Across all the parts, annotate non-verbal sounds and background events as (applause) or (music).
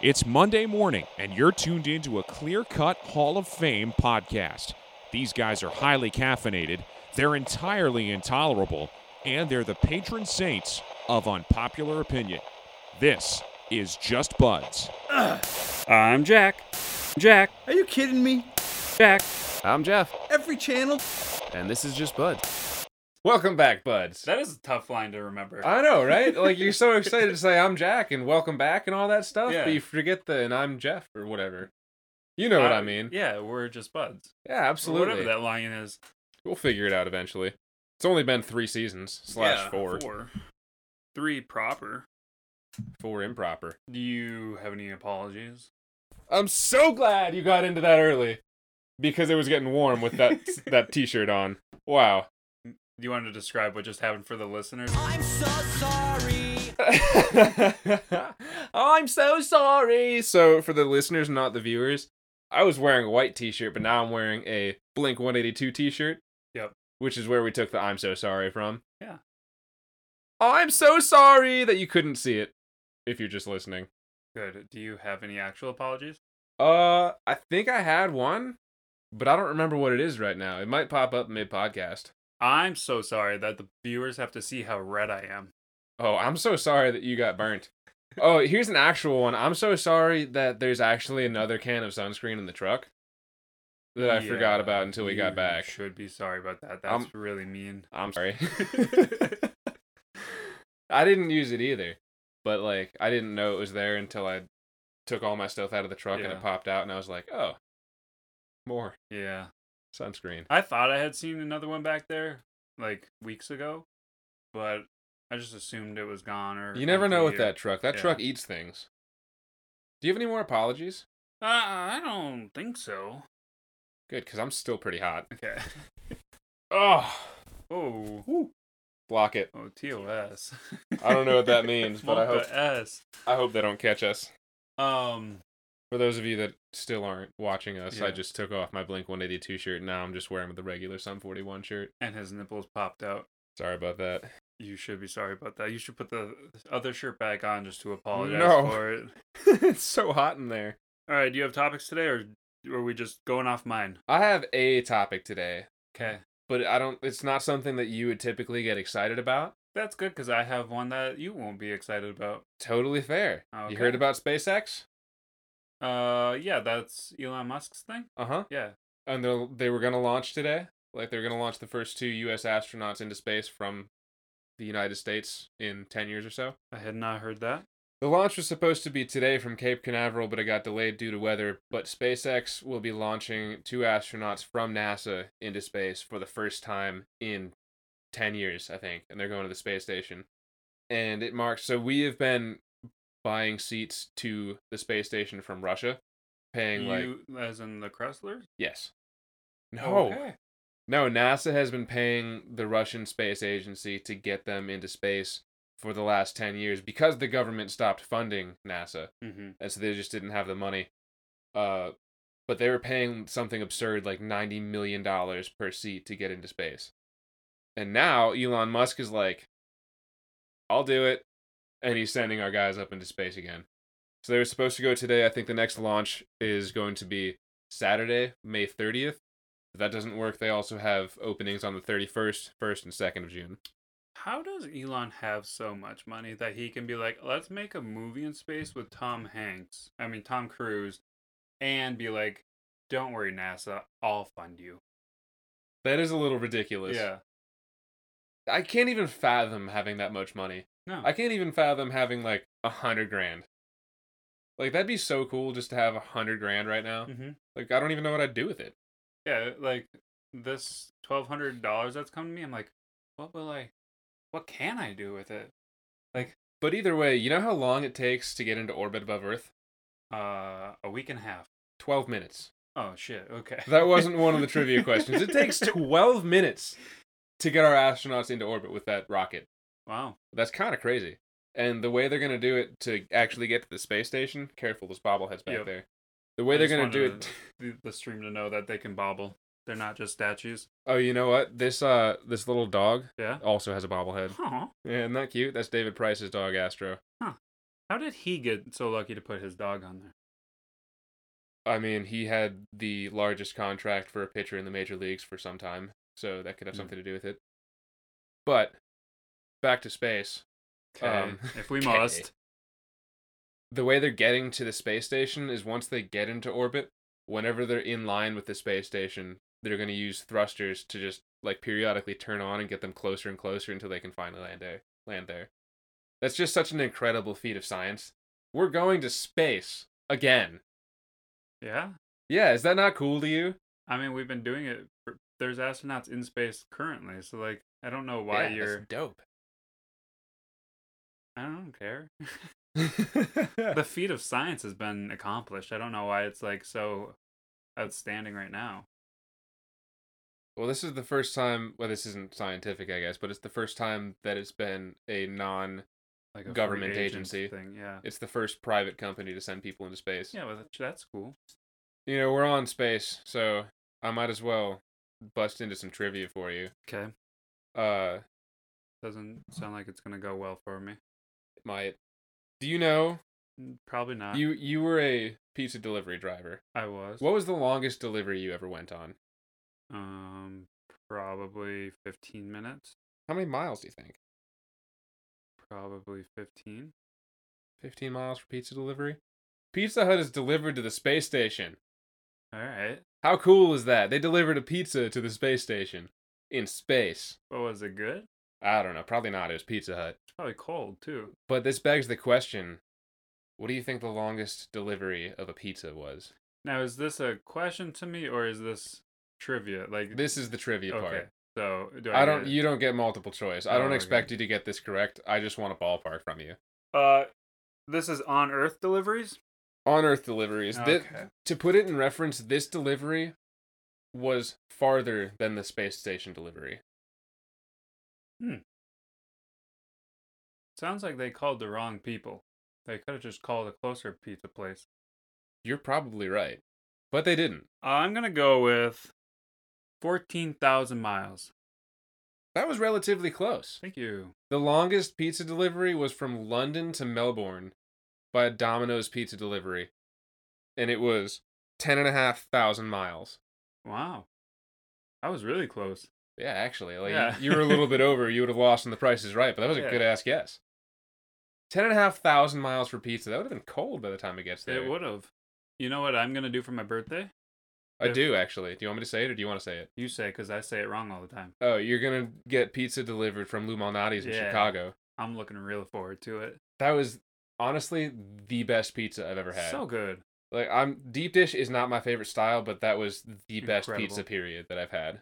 It's Monday morning, and you're tuned into a clear cut Hall of Fame podcast. These guys are highly caffeinated, they're entirely intolerable, and they're the patron saints of unpopular opinion. This is Just Buds. I'm Jack. Jack. Are you kidding me? Jack. I'm Jeff, Every channel? and this is just Bud. Welcome back, Buds. That is a tough line to remember. I know, right? Like you're so excited to say I'm Jack and welcome back and all that stuff, Yeah. but you forget the and I'm Jeff or whatever. You know what I mean? Uh, Yeah, we're just buds. Yeah, Or Whatever absolutely. that line is. We'll figure it out eventually. It's only been three seasons slash Yeah, four. four, Three proper. improper. Do you have any apologies? I'm so glad you got into that early because it was getting warm (laughs) with that that T-shirt on. Wow. Do you want to describe what just happened for the listeners? oh, (laughs) I'm so sorry. So, for the listeners, not the viewers, I was wearing a white T-shirt, but now I'm wearing a Blink 182 T-shirt. Yep. Which is where we took the "I'm so sorry" from. Yeah. I'm so sorry that you couldn't see it if you're just listening. Good. Do you have any actual apologies? Uh, I think I had one, but I don't remember what it is right now. It might pop up mid podcast. I'm so sorry that the viewers have to see how red I am. Oh, I'm so sorry that you got burnt. Oh, here's an actual one. I'm so sorry that there's actually another can of sunscreen in the truck that I forgot Yeah, about until we got you back. Should be sorry about that. That's I'm- really mean. I'm sorry. (laughs) I didn't use it either, but like I didn't know it was there until I took all my stuff out of the truck and Yeah. it popped out, and I was like, oh, more Yeah. sunscreen. I thought I had seen another one back there like weeks ago, but I just assumed it was gone or You never know empty with or- that truck. That yeah. truck eats things. Do you have any more apologies? Uh, I don't think so. Good, because I'm still pretty hot. Okay. (laughs) Oh, Oh. block it. Oh, TOS. I don't know (laughs) what that means, but I Small hope S. I hope they don't catch us. Um. For those of you that still aren't watching us, Yeah. I just took off my Blink 182 shirt. and Now I'm just wearing the regular Sun 41 shirt. And his nipples popped out. Sorry about that. (laughs) You should be sorry about that. You should put the other shirt back on just to apologize No. for it. it's so hot in there. All right. Do you have topics today, or are we just going off mine? I have a topic today, Okay. but I don't. It's not something that you would typically get excited about. That's good because I have one that you won't be excited about. Totally fair. Okay. You heard about SpaceX? Uh, yeah, that's Elon Musk's thing. Uh huh. Yeah. And they they were gonna launch today. Like they're gonna launch the first two U.S. astronauts into space from the United States in ten years or so. I had not heard that. The launch was supposed to be today from Cape Canaveral, but it got delayed due to weather. But SpaceX will be launching two astronauts from NASA into space for the first time in 10 years, I think. And they're going to the space station. And it marks so we have been buying seats to the space station from Russia, paying like. You, as in the Cresslers? Yes. No. Okay. No, NASA has been paying the Russian Space Agency to get them into space for the last 10 years because the government stopped funding NASA Mm-hmm. and so they just didn't have the money. Uh, but they were paying something absurd like ninety million dollars per seat to get into space, and now Elon Musk is like, "I'll do it," and he's sending our guys up into space again. So they were supposed to go today. I think the next launch is going to be Saturday, May thirtieth. If that doesn't work, they also have openings on the thirty first, first, and second of June. How does Elon have so much money that he can be like, let's make a movie in space with Tom Hanks, I mean, Tom Cruise, and be like, don't worry, NASA, I'll fund you. That is a little ridiculous. Yeah. I can't even fathom having that much money. No. (laughs) I can't even fathom having like a hundred grand. Like that'd be so cool just to have a hundred grand right now. hmm Like I don't even know what I'd do with it. Yeah, like this $1,200 that's come to me, I'm like, what will I, what can I do with it? But either way, you know how long it takes to get into orbit above Earth? Uh, a week and a half. Twelve minutes. Oh, shit. Okay. That wasn't one of (laughs) the trivia questions. It takes twelve minutes to get our astronauts into orbit with that rocket. Wow. That's kind of crazy. And the way they're gonna do it to actually get to the space station, careful, there's bobbleheads back Yep. there. The way I they're just gonna do wanted it. the, the stream to know that they can bobble. They're not just statues. Oh, you know what? This uh, this little dog Yeah. Oh, also has a bobblehead. Huh. Yeah, isn't that cute? That's David Price's dog Astro. Huh. How did he get so lucky to put his dog on there? I mean, he had the largest contract for a pitcher in the major leagues for some time, so that could have Hmm. something to do with it. But back to space. 'Kay, Um, if (laughs) we 'kay. must. The way they're getting to the space station is once they get into orbit, whenever they're in line with the space station, they're going to use thrusters to just like periodically turn on and get them closer and closer until they can finally land there. Land there. That's just such an incredible feat of science. We're going to space again. Yeah. Yeah, is that not cool to you? I mean, we've been doing it. For, there's astronauts in space currently, so like, I don't know why Yeah, that's you're. (laughs) dope. I don't care. the the feat of science has been accomplished. I don't know why it's like so outstanding right now. Well, this is the first time. Well, this isn't scientific, I guess, but it's the first time that it's been a non. Like a free Government agents agency. thing. Yeah. It's the first private company to send people into space. Yeah, well, that's- that's cool. You know, we're on space, so I might as well bust into some trivia for you. Okay. Uh, Doesn't sound like it's gonna go well for me. might. Do you know Mm, Probably not. you you were a pizza delivery driver? I was. What was the longest delivery you ever went on? Um, probably 15 minutes. How many miles do you think? Probably 15. Fifteen miles for pizza delivery. Pizza Hut is delivered to the space station. All right. How cool is that? They delivered a pizza to the space station in space. But was it good? I don't know. Probably not. It was Pizza Hut. It's probably cold too. But this begs the question what do you think the longest delivery of a pizza was? Now, is this a question to me or is this trivia? Like This is the trivia Okay. part. So do I, I don't get- you don't get multiple choice. I Oh, don't okay. expect you to get this correct. I just want a ballpark from you. Uh, this is on Earth deliveries. On Earth deliveries. Thi- Okay. to put it in reference, this delivery was farther than the space station delivery. Sounds like they called the wrong people. They could have just called a closer pizza place. You're probably right. But they didn't. I'm gonna go with fourteen thousand miles. That was relatively close. Thank you. The longest pizza delivery was from London to Melbourne by a Domino's pizza delivery, and it was ten and a half thousand miles. Wow, I was really close. Yeah, actually, like Yeah. you were a (laughs) little bit over, you would have lost on the prices right, but that was a Yeah. good ass guess. Ten and a half thousand miles for pizza. That would have been cold by the time it gets there. It would have. You know what I'm gonna do for my birthday? I if- do actually. Do you want me to say it or do you want to say it? You say, cause I say it wrong all the time. Oh, you're gonna get pizza delivered from Lou Malnati's in Yeah. Chicago. I'm looking real forward to it. That was honestly the best pizza I've ever had. So good. Like I'm deep dish is not my favorite style, but that was the best Incredible. pizza period that I've had.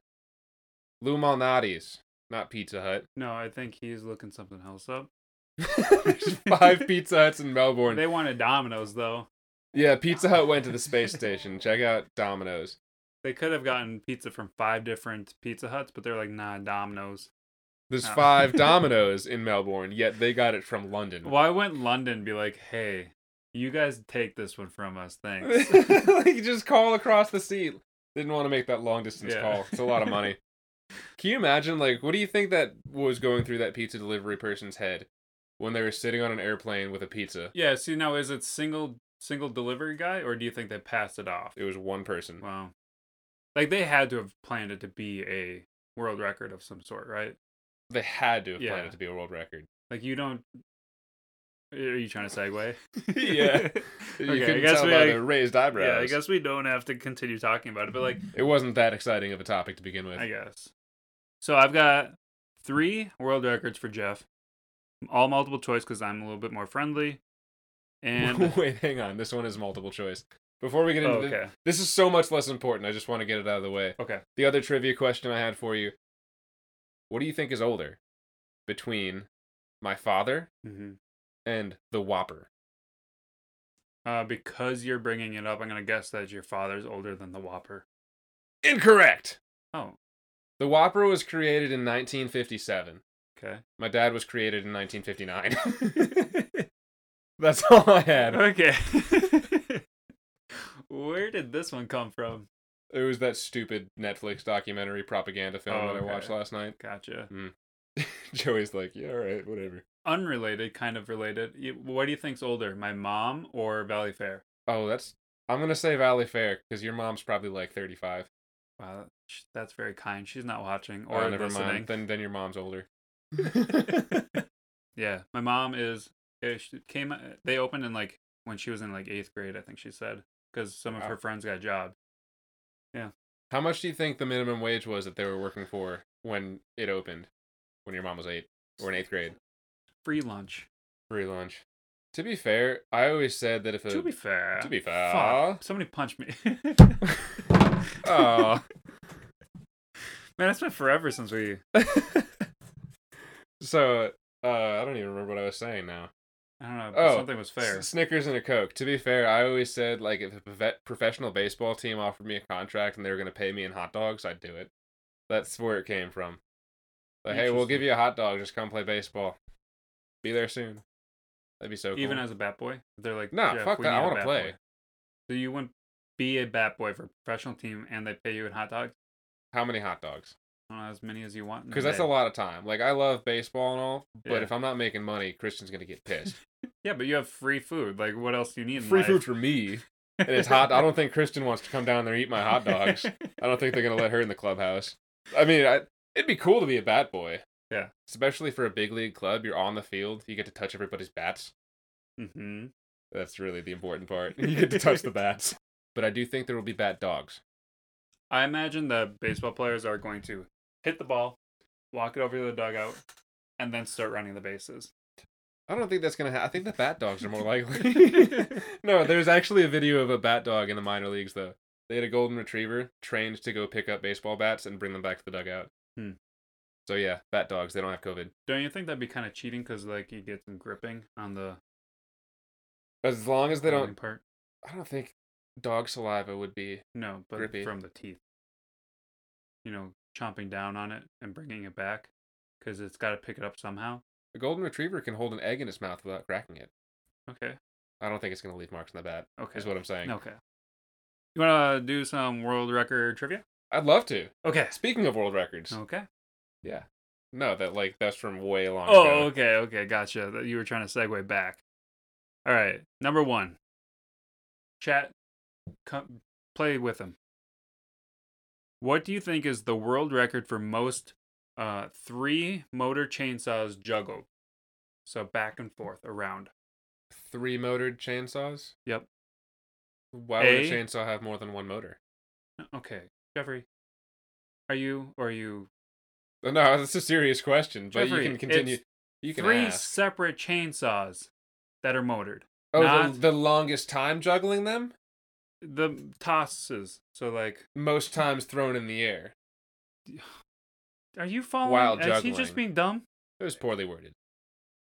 Lou Malnati's, not Pizza Hut. (laughs) No, I think he's looking something else up. (laughs) There's five Pizza Huts in Melbourne. They wanted Domino's though. Yeah, Pizza Hut went to the space station. Check out Domino's. They could have gotten pizza from five different Pizza Huts, but they're like, nah, Domino's. There's Oh. (laughs) five Domino's in Melbourne, yet they got it from London. (laughs) Why wouldn't London be like, hey, you guys take this one from (laughs) us, thanks? like just call across the sea. Didn't want to make that long distance Yeah. call. It's a lot (laughs) of money. Can you imagine? Like, what do you think that was going through that pizza delivery person's head when they were sitting on an airplane with a pizza? yeah. See, now is it single single delivery guy, or do you think they passed it off? It was one person. Wow. Like they had to have planned it to be a world record of some sort, right? They had to have planned Yeah. it to be a (laughs) world record. (laughs) Like you don't. Are you trying to segue? (laughs) Yeah. You okay, I couldn't guess tell we. by like- the raised eyebrows. yeah, I guess we don't have to continue talking about it, but like, it wasn't that exciting of a topic to begin (laughs) with. I guess. So I've got three world records for Jeff, all multiple choice because I'm a little bit more friendly, (laughs) and Wait, hang on. This one is multiple choice. Before we get into Oh, thi- okay, this, is so much less important. I just want to get it out of the way. okay, The other trivia question I had for you: What do you think is older, between my father hmm and the Whopper? uh, because you're bringing it up, I'm gonna guess that your father's older than the Whopper. Incorrect. Oh, The Whopper was created in 1957. okay, My dad was created in 1959. (laughs) That's all I had. okay. (laughs) Where did this one come from? It was that stupid Netflix documentary propaganda film Oh, that I watched okay. last night. (laughs) Gotcha. Joey's like, yeah, all right, whatever. unrelated, kind of related. y- What do you think's older, my mom or Valley Fair? Oh, that's. I'm gonna say Valley Fair because your mom's probably like 35. Wow, that- sh- that's very kind. She's not watching Or or Oh, never listening. mind. Then then your (laughs) mom's older. Yeah, my mom is. eh, She came. They opened in like when she was in like eighth grade, I think she said, because some of Wow. her friends got jobs. How much do you think the minimum wage was that they were working for when it opened, when your mom was eight or in eighth grade? Free lunch. Free lunch. To be fair, I always said that if a to be fair. to be fair. Fuck, somebody punched me. (laughs) (laughs) oh, Man, it's been forever since we. so uh, I don't even remember what I was saying now. I don't know. but Oh, something was fair. S- Snickers and a Coke. To be fair, I always said like if a profe- professional baseball team offered me a contract and they were gonna pay me in hot dogs, I'd do it. That's where it came from. Like, hey, we'll give Interesting. you a hot dog. Just come play baseball. Be there soon. That'd be so cool. Even as a bat boy, they're like, Nah, "Jeff, fuck we that, need I a wanna bat play." boy." So you wouldn't be a bat boy for a professional team, and they pay you in hot dogs. how many hot dogs? I don't know, as many as you want. in Because that's a day. lot of time. Like I love baseball and all, but Yeah. if I'm not making money, Christian's gonna get pissed. Yeah, but you have free food. Like, what else do you need? (laughs) in Free life? food for me, and it's hot. I don't think Kristen wants to come down there and eat (laughs) my hot dogs. I don't think they're gonna let her in the clubhouse. I mean, I, it'd be cool to be a bat boy. Yeah. Especially for a big league club, you're on the field. You get to touch everybody's bats. hmm That's really the important part. You get to touch (laughs) the bats. But I do think there will be bat dogs. I imagine the baseball players are going to hit the ball, walk it over to the dugout, and then start running the bases. I don't think that's gonna. Ha- I think the bat dogs are (laughs) more likely. no, there's actually a video of a bat dog in the minor leagues though. They had a golden retriever trained to go pick up baseball bats and bring them back to the dugout. Hmm. So yeah, bat dogs. They don't have COVID. Don't you think that'd be kind of cheating? Because like you get some gripping on the As long as they running don't, part. I don't think dog saliva would be. No, but Grippy. from the teeth. You know, chomping down on it and bringing it back, because it's got to pick it up somehow. A golden retriever can hold an egg in its mouth without cracking it. Okay. I I don't think it's gonna leave marks on the bat. Okay. Is what I'm saying. Okay. You want to do some world record trivia? I'd love to. Okay. Speaking of world records, Okay. yeah, no, that like that's from way long Oh, ago. okay, okay, gotcha. That You were trying to segue back. All right, number one. Chat, come, play with him. What do you think is the world record for most uh, three motor chainsaws juggled? So back and forth around. Three motored chainsaws. Yep. Why would a A- chainsaw have more than one motor? (laughs) uh, Okay, Jeffrey, are you or are you Uh, No, that's a serious question, but Jeffrey, you can continue. it's You can three ask. separate chainsaws that are motored? Oh, not- the, the longest time juggling them, The tosses. So like most times thrown in the air. Are you following? While is he juggling. just being dumb? It was poorly worded.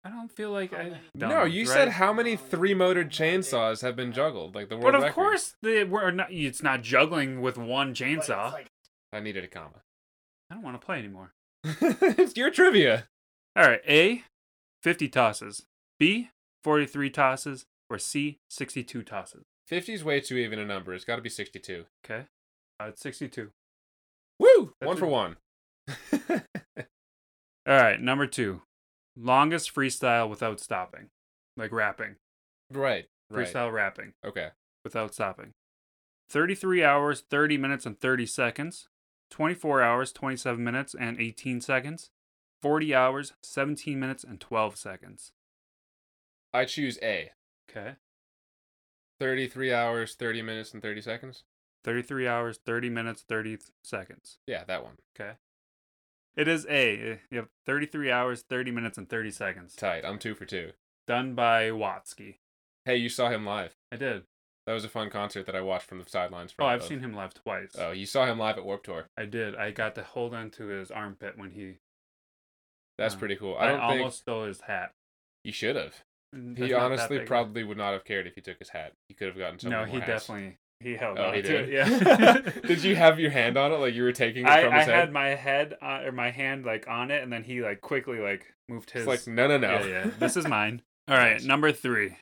I don't feel like I. Dumb, no, you said right? how many three motored chainsaws have been juggled, like the world But of record. course, the we're not. It's not juggling with one chainsaw. I needed a comma. (laughs) I don't want to play anymore. it's your trivia. All right, A, fifty tosses. B, forty-three tosses, or C, sixty-two tosses. Fifty's way too even a number. It's got to be sixty-two. Okay, uh, it's sixty-two. Woo! That's one for a- one. (laughs) All right, number two, longest freestyle without stopping, like rapping, right. Right. freestyle rapping Okay. without stopping. Thirty-three hours, thirty minutes, and thirty seconds. 24 hours, 27 minutes, and 18 seconds. 40 hours, 17 minutes, and 12 seconds. I choose A. Okay. Thirty-three hours, thirty minutes, and thirty seconds. 33 hours, 30 minutes, 30 seconds. Yeah, that one. Okay. It is A. Eh, You have 33 hours, 30 minutes, and 30 seconds. Tight. I'm two for two. Done by Watsky. Hey, you saw him live. I did. That was a fun concert that I watched from the sidelines. Oh, From I've above. seen him live twice. Oh, you saw him live at Warp Tour. I did. I got to hold onto his armpit when he. That's Yeah. pretty cool. I, I don't think almost stole his hat. you should have. Mm, that's He not that honestly big of- probably would not have cared if he took his hat. He could have gotten something. No, he definitely. He held Oh, on he to did. it. Yeah. (laughs) did you have your hand on it like you were taking (laughs) it I, from I his had head? my head uh, or my hand like on it, and then he like quickly like moved his. It's like no, no, no. Yeah, yeah. This is mine. All right, Nice. number three,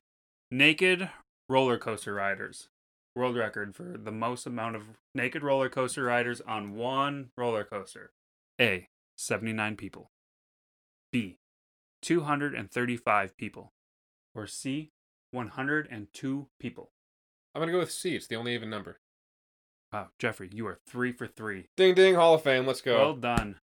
naked roller coaster riders. World record for the most amount of naked roller coaster riders on one roller coaster. A. 79 people. B. 235 people. Or C, 102 people. (laughs) I'm gonna go with C. It's the only even number. Wow, Oh, Jeffrey, you are three for three. Ding ding, Hall of Fame. Let's go. Well done.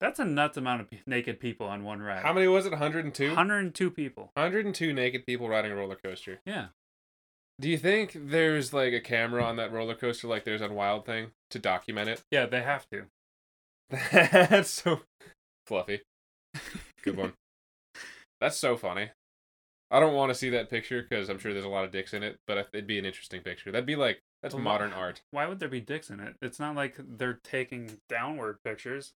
That's a nuts amount of pe- naked people on one ride. How many was it? 102. 102 people. 102 naked people riding a roller coaster. Yeah. Do you think there's like a camera on that roller coaster, like there's on Wild Thing, to document it? (laughs) Yeah, they have to. That's so fluffy. Good one. That's so funny. I don't want to see that picture because I'm sure there's a lot of dicks in it, but it'd be an interesting picture. That'd be like that's Well, modern why- art. Why would there be dicks in it? It's not like they're taking downward pictures.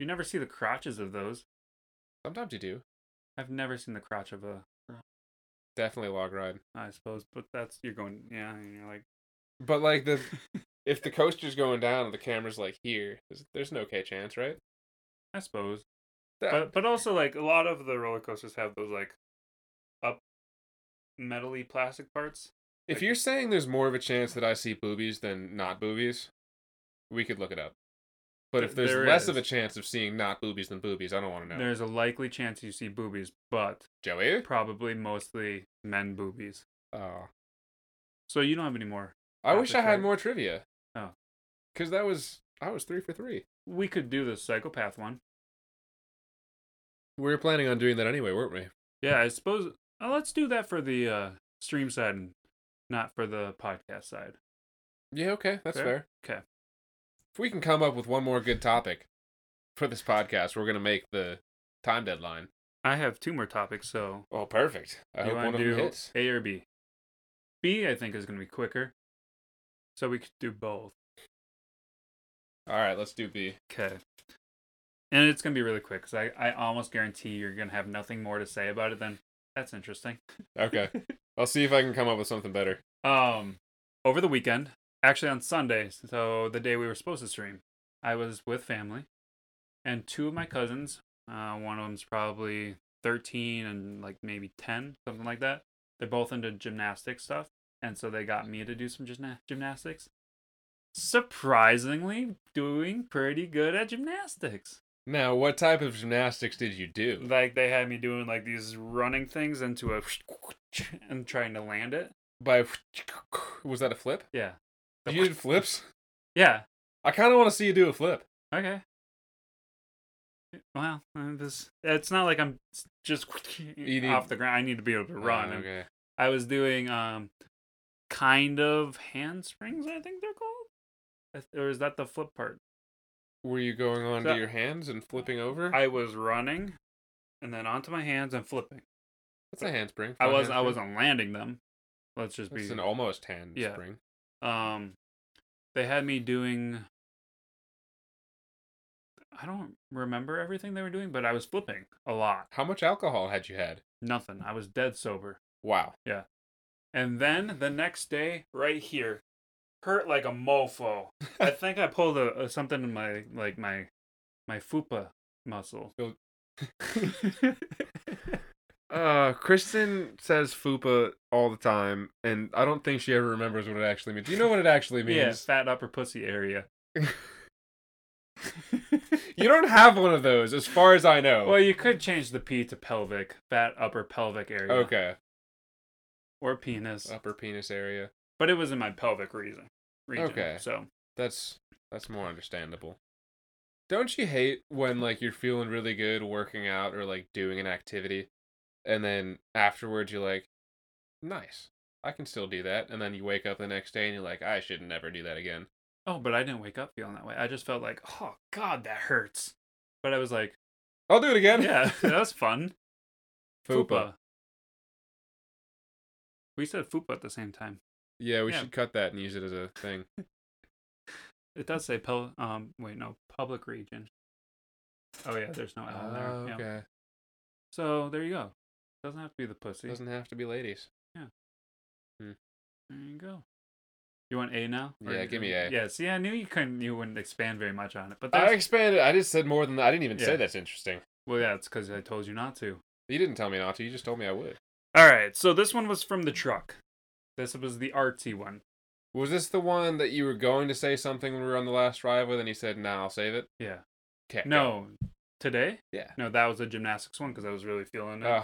You never see the crotches of those. Sometimes you do. I've never seen the crotch of a, Definitely log ride. I suppose, but that's, you're going, yeah, and you're like, But like the if the coaster's going down and the camera's like here, there's, there's an okay chance, right? (laughs) I suppose. That- But but also like a lot of the roller coasters have those like up metally plastic parts. if you're saying there's more of a chance that I see boobies than not boobies, we could look it up. But if there's There less of a is. chance of seeing not boobies than boobies, I don't want to know. There's a likely chance you see boobies, but Joey? probably mostly men boobies. Oh. So you don't have any more. I Yeah, wish I that's had right. more trivia. Oh. Because that was, I was three for three. We could do the psychopath one. We were planning on doing that anyway, weren't we? Yeah, I suppose uh, let's do that for the uh, stream side and not for the podcast side. Yeah, okay. That's fair. Fair? Okay. If we can come up with one more good topic for this podcast, we're going to make the time deadline. I have two more topics, so Oh, perfect. I you hope one want of to do them hits. A or B? B, I think, is going to be quicker. So we could do both. All right, let's do B. Okay. And it's going to be really quick because I, I almost guarantee you're going to have nothing more to say about it than that's interesting. (laughs) Okay. I'll see if I can come up with something better. Um, over the weekend, actually on Sunday, so the day we were supposed to stream, I was with family, and two of my cousins. Uh, one of them's probably thirteen and like maybe ten, something like that. They're both into gymnastics stuff, and so they got me to do some gymna- gymnastics. Surprisingly, doing pretty good at gymnastics. Now, what type of gymnastics did you do? Like they had me doing like these running things into a (laughs) and trying to land it. By (laughs) was that a flip? Yeah. You did flips? Yeah. I kind of want to see you do a flip. Okay. Well, uh, this it's not like I'm s- just (laughs) You need- off the ground. I need to be able to run. Oh, and okay. I was doing um kind of hand springs, I think they're called. I th- Or is that the flip part? Were you going on So- to your hands and flipping over? I was running and then onto my hands and flipping. That's a handspring. I front was I handspring. wasn't landing them. Let's just be It's an almost hand Yeah. spring. um they had me doing I don't remember everything they were doing, but I was flipping a lot. How much alcohol had you had? Nothing. I was dead sober. Wow. (laughs) And then the next day, right here, hurt like a mofo. (laughs) I think I pulled a, a something in my like my my fupa muscle. uh, Kristen says fupa all the time, and I don't think she ever remembers what it actually means. Do you know what it (laughs) actually Yeah, means? fat upper pussy area. You don't have one of those, as far as I know. well, you could change the P to pelvic, fat upper pelvic area, okay. Oh. or penis, Upper penis area. but it was in my pelvic reason. region Okay. So That's that's more understandable. Don't you hate when like you're feeling really good working out or like doing an activity and then afterwards you're like nice. I can still do that and then you wake up the next day and you're like I should never do that again. oh, but I didn't wake up feeling that way. I just felt like oh god that hurts. But I was (laughs) like, I'll do it again. yeah, (laughs) that was fun. (laughs) Fupa. We said fupa at the same time. Yeah, we Yeah. should cut that and use it as a thing. It does say pel- um wait no public region. Oh yeah, there's no L in there. Oh, yeah. okay. So there you go. Doesn't have to be the pussy. Doesn't have to be ladies. There you go. You want A now? Yeah, give me A. Yeah. See, I knew you couldn't. You wouldn't expand very much on it. But I that's expanded. I just said more than that. I didn't even say Yeah. that's interesting. well, yeah, it's because I told you not to. You didn't tell me not to. You just told me I would. All right. So this one was from the truck. This was the artsy one. Was this the one that you were going to say something when we were on the last drive with and you said, "Nah, I'll save it." Yeah. Okay. No, today? Yeah. No, that was a gymnastics one because I was really feeling it.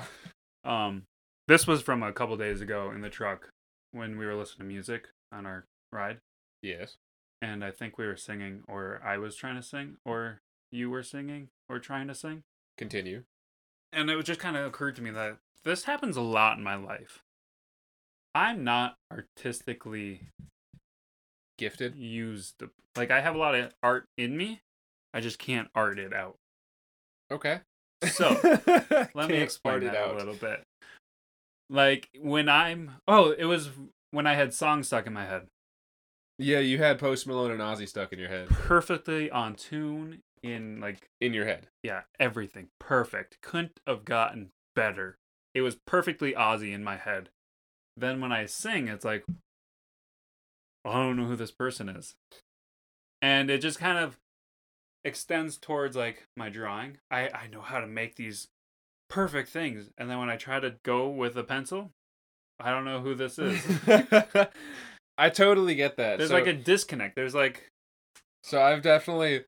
Oh, Um, this was from a couple days ago in the truck when we were listening to music on our ride, yes. and I think we were singing, or I was trying to sing, or you were singing, or trying to sing. Continue. and it just kind of occurred to me that this happens a lot in my life. I'm not artistically Gifted. used. Like I have a lot of art in me, I just can't art it out. Okay. (laughs) So let me Can't explain part that a little bit. Like when I'm oh, it was when I had songs stuck in my head, Yeah, you had Post Malone and Ozzy stuck in your head. perfectly on tune in like In your head. yeah everything perfect. Couldn't have gotten better. It was perfectly Ozzy in my head. Then when I sing, it's like I don't know who this person is. And it just kind of extends towards like my drawing. I, I know how to make these perfect things. And then when I try to go with a pencil, I don't know who this (laughs) is. I totally get that. There's so, like a disconnect. There's like so I've definitely,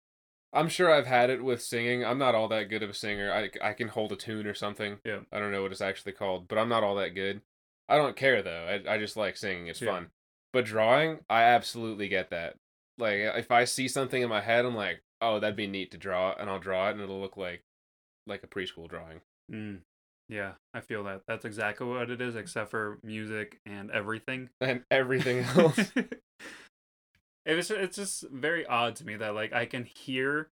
I'm sure I've had it with singing. I'm not all that good of a singer. I, I can hold a tune or something. Yeah. I don't know what it's actually called, but I'm not all that good. I don't care though. I, I just like singing. It's Yeah. fun. But drawing, I absolutely get that. Like if I see something in my head, I'm like, oh, that'd be neat to draw, and I'll draw it, and it'll look like, like a preschool drawing. (laughs) mm, yeah, I feel that. That's exactly what it is, except for music and everything. And everything (laughs) else. it was it's just very odd to me that like I can hear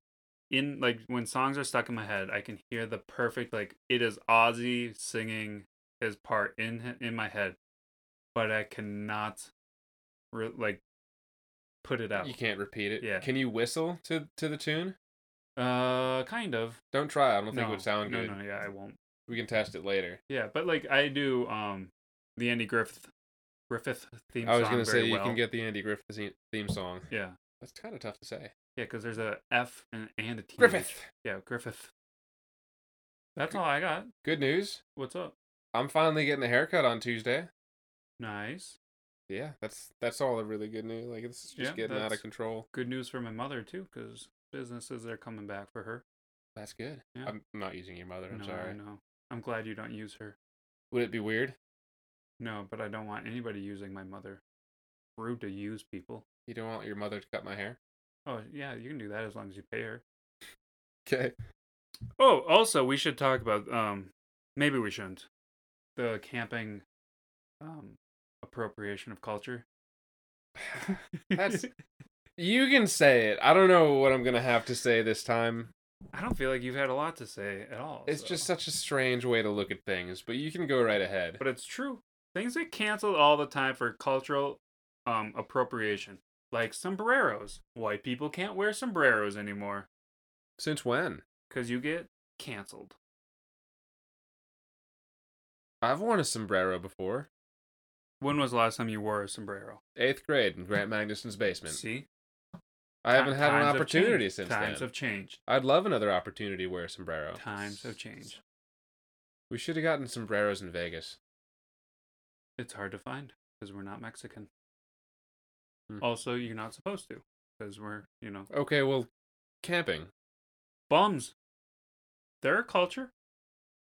in like when songs are stuck in my head, I can hear the perfect like it is Ozzy singing his part in hi- in my head, but I cannot re- like put it out. You can't repeat it. Yeah. Can you whistle to to the tune? Uh, kind of. Don't try. it. I don't think no, it would sound no, good. No, yeah, I won't. We can test it later. Yeah, but like I do um the Andy Griffith Griffith theme I was going gonna to say you well. can get the Andy Griffith theme- theme song. Yeah. That's kind of tough to say. Yeah, because there's a F and, and a T. Griffith. Yeah, Griffith. That's all I got. Good news. What's up? I'm finally getting a haircut on Tuesday. Nice. Yeah, that's that's all the really good news. Like it's just Yeah, getting out of that's- control. Good news for my mother too, because businesses are coming back for her. That's good. Yeah. I'm not using your mother. I'm no, I sorry. know. I'm glad you don't use her. Would it be weird? No, but I don't want anybody using my mother. Rude to use people. You don't want your mother to cut my hair? Oh yeah, you can do that as long as you pay her. Okay. Oh, also we should talk about um maybe we shouldn't. The camping um appropriation of culture. (laughs) That's- (laughs) You can say it. I don't know what I'm gonna have to say this time. I don't feel like you've had a lot to say at all. It's so- just such a strange way to look at things, but you can go right ahead. but it's true. Things get canceled all the time for cultural um, appropriation, like sombreros. White people can't wear sombreros anymore Since when? because you get canceled. I've worn a sombrero before. When was the last time you wore a sombrero? Eighth grade in Grant Magnuson's basement. See, I haven't had an Times have opportunity changed. since Times then. Oh, have changed. I'd love another opportunity to wear a sombrero. Times have changed. We should have gotten sombreros in Vegas. It's hard to find because we're not Mexican. Hmm. Also, you're not supposed to because we're you know Okay, well, camping. bums. Their culture.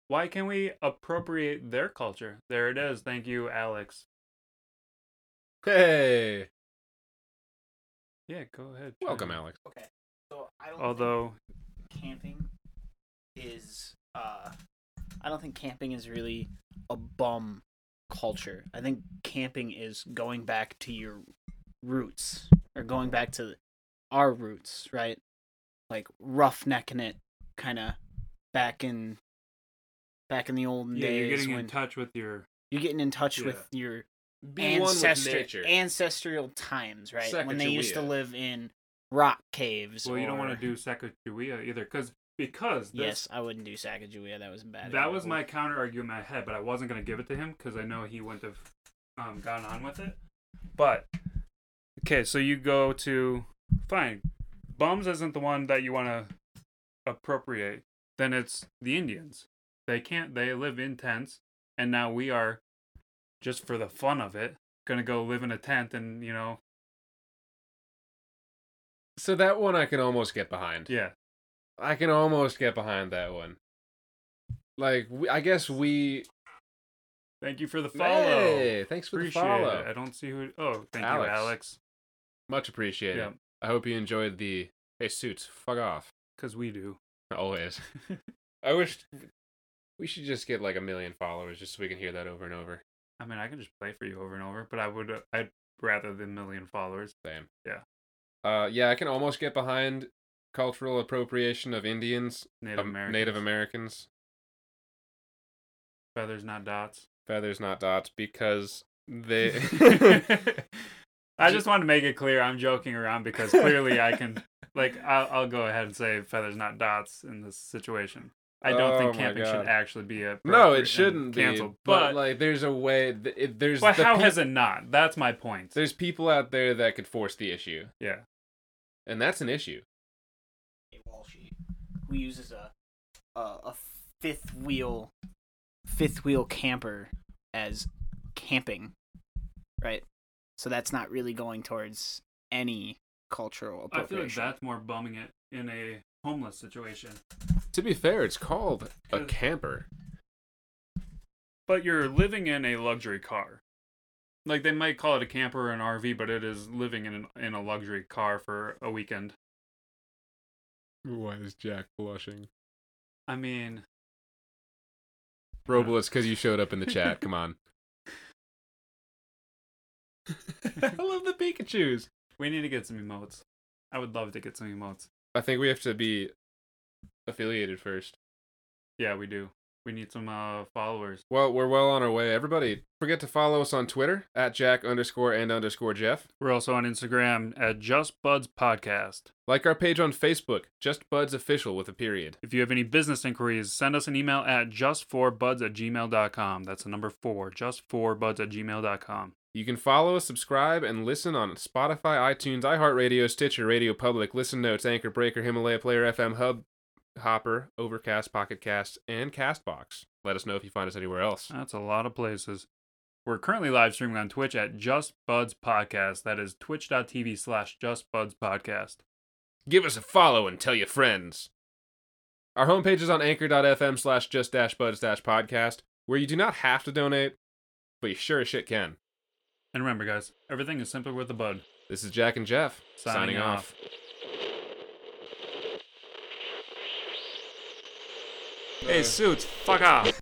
Why can we appropriate their culture? There it is. Thank you, Alex. Hey, Yeah, go ahead. chime welcome, in. Alex. Okay. So I don't Although, think camping is uh I don't think camping is really a bum culture. I think camping is going back to your roots or going back to our roots, right? Like roughnecking it kind of back in back in the olden yeah, days you're getting when in touch with your. you're getting in touch Yeah. with your Be one with ancestor, nature. ancestral times, right? when they used to Sacagawea. live in rock caves. Well, you don't want or- to do Sacagawea either, because because this, Yes, I wouldn't do Sacagawea. That was a bad. that was example. my counter argument in my head, but I wasn't gonna give it to him because I know he wouldn't have um, gone on with it. But okay, so you go to fine. Bums isn't the one that you want to appropriate. Then it's the Indians. They can't. They live in tents, and now we are just for the fun of it gonna go live in a tent and you know So that one I can almost get behind. yeah I can almost get behind that one. Like we, I guess we Thank you for the follow. Hey, thanks for Appreciate the follow. it. I don't see who. Oh, thank Alex. you, Alex. Much appreciated. Yeah, I hope you enjoyed the hey suits, fuck off. because we do. (laughs) Always. I wish we should just get like a million followers just so we can hear that over and over. I mean, I can just play for you over and over, but I would. uh, I'd rather the million followers. Same. Yeah. Uh yeah, I can almost get behind cultural appropriation of Indians, Native um, American. Native Americans, Feathers, not dots. feathers not dots because (laughs) they (laughs) I just want to make it clear I'm joking around because clearly I (laughs) can. Like, I'll, I'll go ahead and say feathers, not dots in this situation. I don't Oh think my camping God. should actually be a. No, appropriate it and shouldn't be. canceled, but, like, there's a way. Th- it, there's But the how peop- has it not? That's my point. there's people out there that could force the issue, Yeah. and that's an issue. a wall sheet who uses a uh, a, a fifth wheel fifth wheel camper as camping, right? So that's not really going towards any I cultural feel like appropriation. that's more bumming it in a homeless situation. To be fair, it's called a Good. camper. But you're living in a luxury car. Like they might call it a camper or an RV, but it is living in an, in a luxury car for a weekend. Why is Jack blushing? I mean, Robles, because you showed up in the chat. Come on. (laughs) I love the Pikachu's. we need to get some emotes. I would love to get some emotes. I think we have to be affiliated first. Yeah, we do. We need some uh, followers. Well, we're well on our way. Everybody, forget to follow us on Twitter at Jack underscore and underscore Jeff. We're also on Instagram at Just Buds Podcast. Like our page on Facebook, Just Buds Official with a period. If you have any business inquiries, send us an email at just4buds at gmail.com. That's the number four, just4buds at gmail.com. You can follow, subscribe, and listen on Spotify, iTunes, iHeartRadio, Stitcher, Radio Public, Listen Notes, Anchor Breaker, Himalaya Player, FM Hub, Hopper, Overcast, Pocket Cast, and Castbox. Let us know if you find us anywhere else. That's a lot of places. We're currently live streaming on Twitch at Just Buds Podcast. That is twitch.tv slash Just Buds Podcast. Give us a follow and tell your friends. Our homepage is on anchor.fm slash just dash buds dash podcast, where you do not have to donate, but you sure as shit can. And remember, guys, everything is simpler with a bud. This is Jack and Jeff Signing off. Hey, suits, Fuck off.